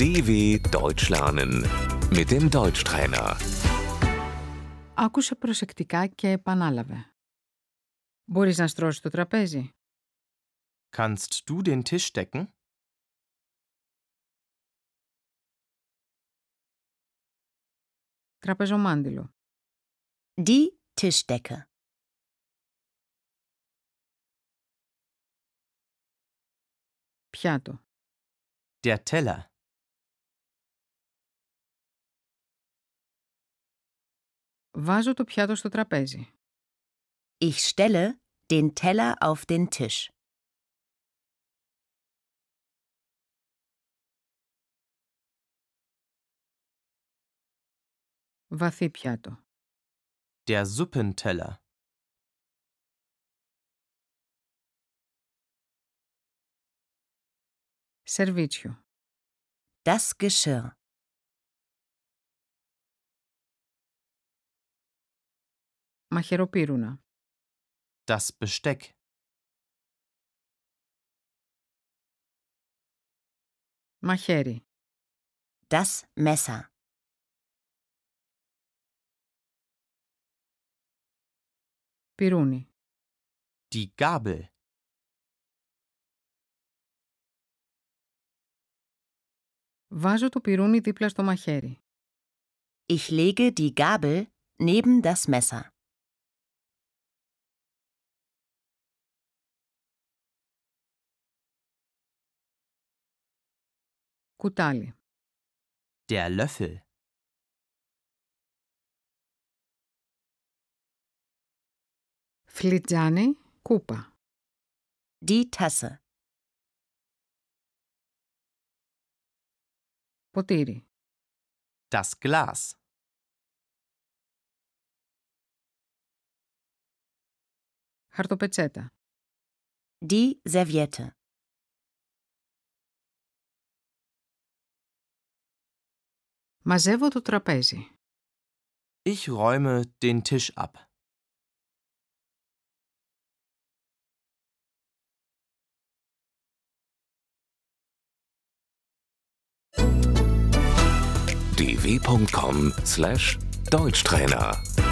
DW Deutsch lernen mit dem Deutschtrainer. Άκουσε προσεκτικά και επανάλαβε. Μπορείς να στρώσεις το τραπέζι. Kannst du den Tisch decken? Τραπεζομάντιλο. Die Tischdecke. Πιάτο. Der Teller. Βάζω το πιάτο στο τραπέζι. Ich stelle den Teller auf den Tisch. Βαθύ πιάτο. Der Suppenteller. Σερβίτσιο. Das Geschirr. Μαχαιροπύρουνα. Das Besteck. Μαχαίρι. Das Messer. Πυρούνι. Die Gabel. Βάζω το πυρούνι δίπλα στο μαχαίρι. Ich lege die Gabel neben das Messer. Κουτάλι. Der Löffel. Φλιτζάνι. Κούπα. Die Tasse. Ποτήρι. Das Glas. Χαρτοπετσέτα. Die Serviette. Μαζεύω το τραπέζι. Ich räume den Tisch ab. dw.com/deutschtrainer